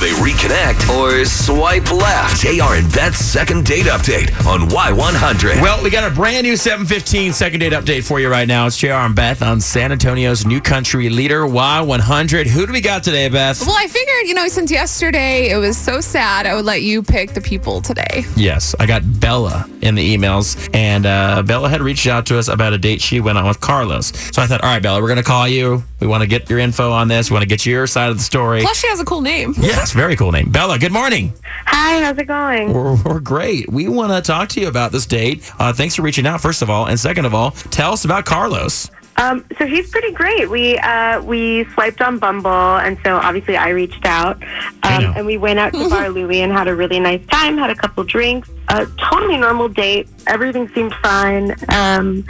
they reconnect or swipe left. JR and Beth's second date update on Y100. Well, we got a brand new 715 second date update for you right now. It's JR and Beth on San Antonio's new country leader, Y100. Who do we got today, Beth? Well, I figured, you know, since yesterday it was so sad, I would let you pick the people today. Yes, I got Bella in the emails, and uh, Bella had reached out to us about a date she went on with Carlos. So I thought, all right, Bella, we're going to call you. We want to get your info on this. We want to get your side of the story. Plus, she has a cool name. Yes, very cool name. Bella, good morning. Hi, how's it going? We're, we're great. We want to talk to you about this date. Uh, thanks for reaching out, first of all. And second of all, tell us about Carlos. Um, so he's pretty great. We uh, we swiped on Bumble, and so obviously I reached out, Damn. um, and we went out to Bar Louie and had a really nice time. Had a couple drinks, a totally normal date. Everything seemed fine. Um,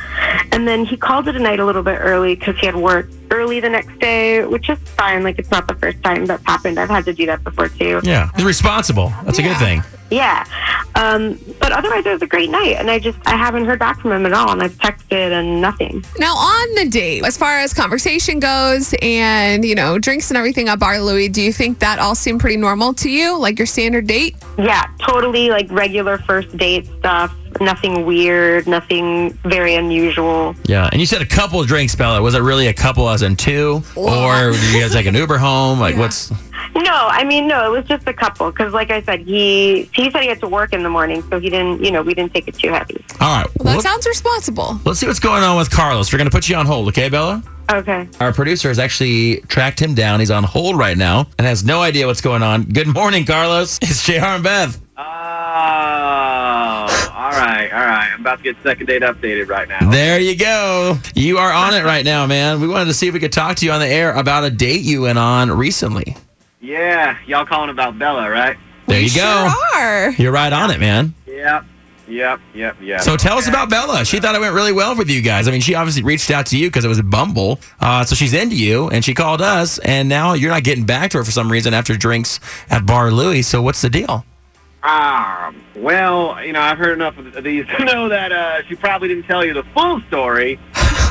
and then he called it a night a little bit early because he had work early the next day, which is fine. Like it's not the first time that's happened. I've had to do that before too. Yeah, he's responsible. That's a good Yeah. thing. Yeah. Um, but otherwise, it was a great night, and I just I haven't heard back from him at all, and I've texted and nothing. Now, on the date, as far as conversation goes and, you know, drinks and everything at Bar Louie, do you think that all seemed pretty normal to you? Like your standard date? Yeah, totally like regular first date stuff. Nothing weird, nothing very unusual. Yeah, and you said a couple of drinks, Bella. Was it really a couple as in two? Well- Or did you guys take an Uber home? Like, Yeah. what's. No, I mean no, it was just a couple because, like I said, he he said he had to work in the morning, so he didn't. You know, we didn't take it too heavy. All right. Well, that let's- sounds responsible. Let's see what's going on with Carlos. We're going to put you on hold, okay, Bella? Okay. Our producer has actually tracked him down. He's on hold right now and has no idea what's going on. Good morning, Carlos. It's JR and Beth. Oh, all right, all right. I'm about to get second date updated right now. There you go. You are on it right now, man. We wanted to see if we could talk to you on the air about a date you went on recently. Yeah, y'all calling about Bella, right? There We you go. Sure are. You're right on it, man. Yep, yep, yep, yep. So tell us about Bella. She thought it went really well with you guys. I mean, she obviously reached out to you because it was a Bumble. Uh, so she's into you, and she called us, and now you're not getting back to her for some reason after drinks at Bar Louie. So what's the deal? Um, well, you know, I've heard enough of these to know that uh, she probably didn't tell you the full story.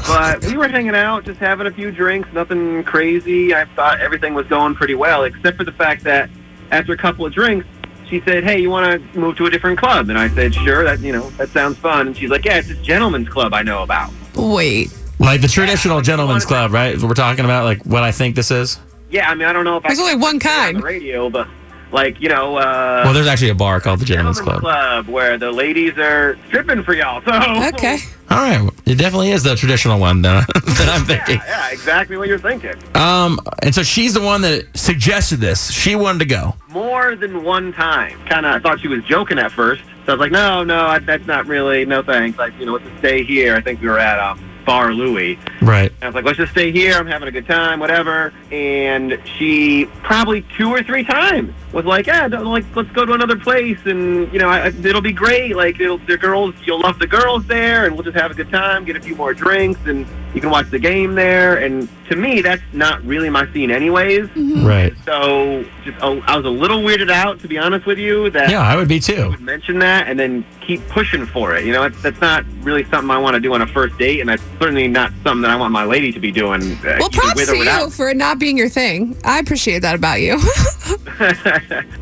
But we were hanging out, just having a few drinks, nothing crazy. I thought everything was going pretty well, except for the fact that after a couple of drinks, she said, "Hey, you want to move to a different club?" And I said, "Sure, that you know, that sounds fun." And she's like, "Yeah, it's this gentleman's club I know about." Wait. Like the traditional gentleman's club, right? We're talking about like what I think this is. Yeah, I mean, I don't know if I There's can only one say it on kind. the radio, but like you know, uh, Well, there's actually a bar called the Gentleman's gentleman's Club. club where the ladies are stripping for y'all. So Okay. All right, it definitely is the traditional one that, that I'm thinking. Yeah, yeah, exactly what you're thinking. Um, and so she's the one that suggested this. She wanted to go. More than one time. Kind of, I thought she was joking at first. So I was like, no, no, I, that's not really, no thanks. Like, you know, let's just stay here. I think we were at um, Bar Louie. Right. And I was like, let's just stay here. I'm having a good time, whatever. And she probably two or three times was like, yeah, don't- like let's go to another place, and you know, I, I- it'll be great. Like, it'll, the girls, you'll love the girls there, and we'll just have a good time, get a few more drinks, and you can watch the game there. And to me, that's not really my scene, anyways. Right. So, just a, I was a little weirded out, to be honest with you. That Yeah, I would be too. would mention that and then keep pushing for it. You know, that's, that's not really something I want to do on a first date, and that's certainly not something that I want my lady to be doing. Uh, Well, either props with or to you without. for it not being your thing. I appreciate that about you.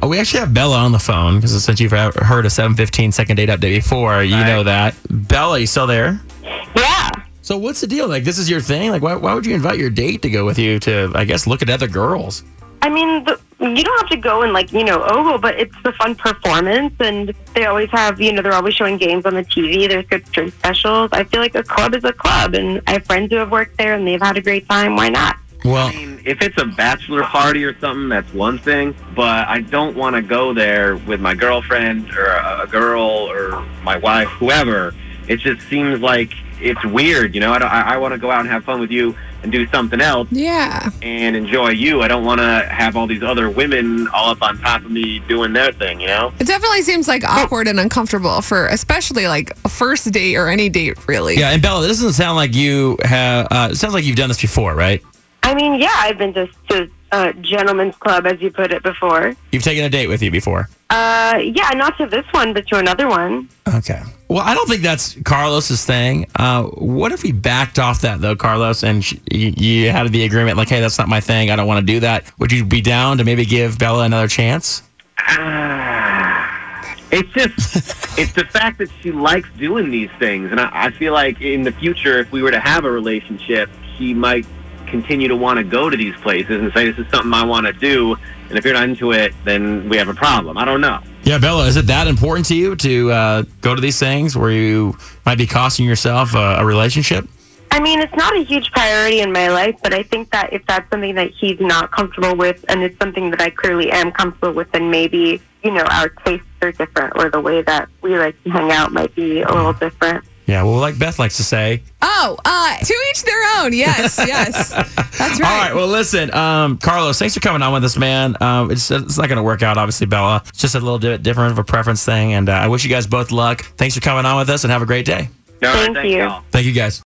Oh, we actually have Bella on the phone because since you've heard a 715 second date update before, you Right. know that. Bella, you still there? Yeah. So what's the deal? Like, this is your thing? Like, why, why would you invite your date to go with you to, I guess, look at other girls? I mean, the, you don't have to go and like you know ogle, but it's the fun performance, and they always have you know they're always showing games on the TV. There's good drink specials. I feel like a club is a club, and I have friends who have worked there, and they've had a great time. Why not? Well, I mean, if it's a bachelor party or something, that's one thing. But I don't want to go there with my girlfriend or a a girl or my wife, whoever. It just seems like it's weird, you know. I, don't- I, I want to go out and have fun with you and do something else yeah. and enjoy you. I don't want to have all these other women all up on top of me doing their thing, you know. It definitely seems like awkward and uncomfortable for especially like a first date or any date really. yeah, and Bella, this doesn't sound like you have, uh, it sounds like you've done this before, right? I mean, yeah, I've been to, to uh, gentlemen's club, as you put it before. You've taken a date with you before. Uh, yeah, not to this one, but to another one. Okay. Well, I don't think that's Carlos's thing. Uh, what if we backed off that though, Carlos, and sh- you, you had the agreement like, hey, that's not my thing. I don't want to do that. Would you be down to maybe give Bella another chance? It's just, it's the fact that she likes doing these things, and I, I feel like in the future, if we were to have a relationship, she might continue to want to go to these places and say, "This is something I want to do," and if you're not into it, then we have a problem. I don't know. Yeah, Bella, is it that important to you to uh, go to these things where you might be costing yourself uh, a, a relationship? I mean, it's not a huge priority in my life, but I think that if that's something that he's not comfortable with and it's something that I clearly am comfortable with, then maybe, you know, our tastes are different or the way that we like to hang out might be a little different. Yeah, well, like Beth likes to say, Oh, uh, to each their own. Yes, yes. That's All right. right. Well, listen, um, Carlos, thanks for coming on with us, man. Um, it's, it's not going to work out, obviously, Bella. It's just a little bit different of a preference thing. And uh, I wish you guys both luck. Thanks for coming on with us and have a great day. All right, Thank thank you. y'all. Thank you, guys.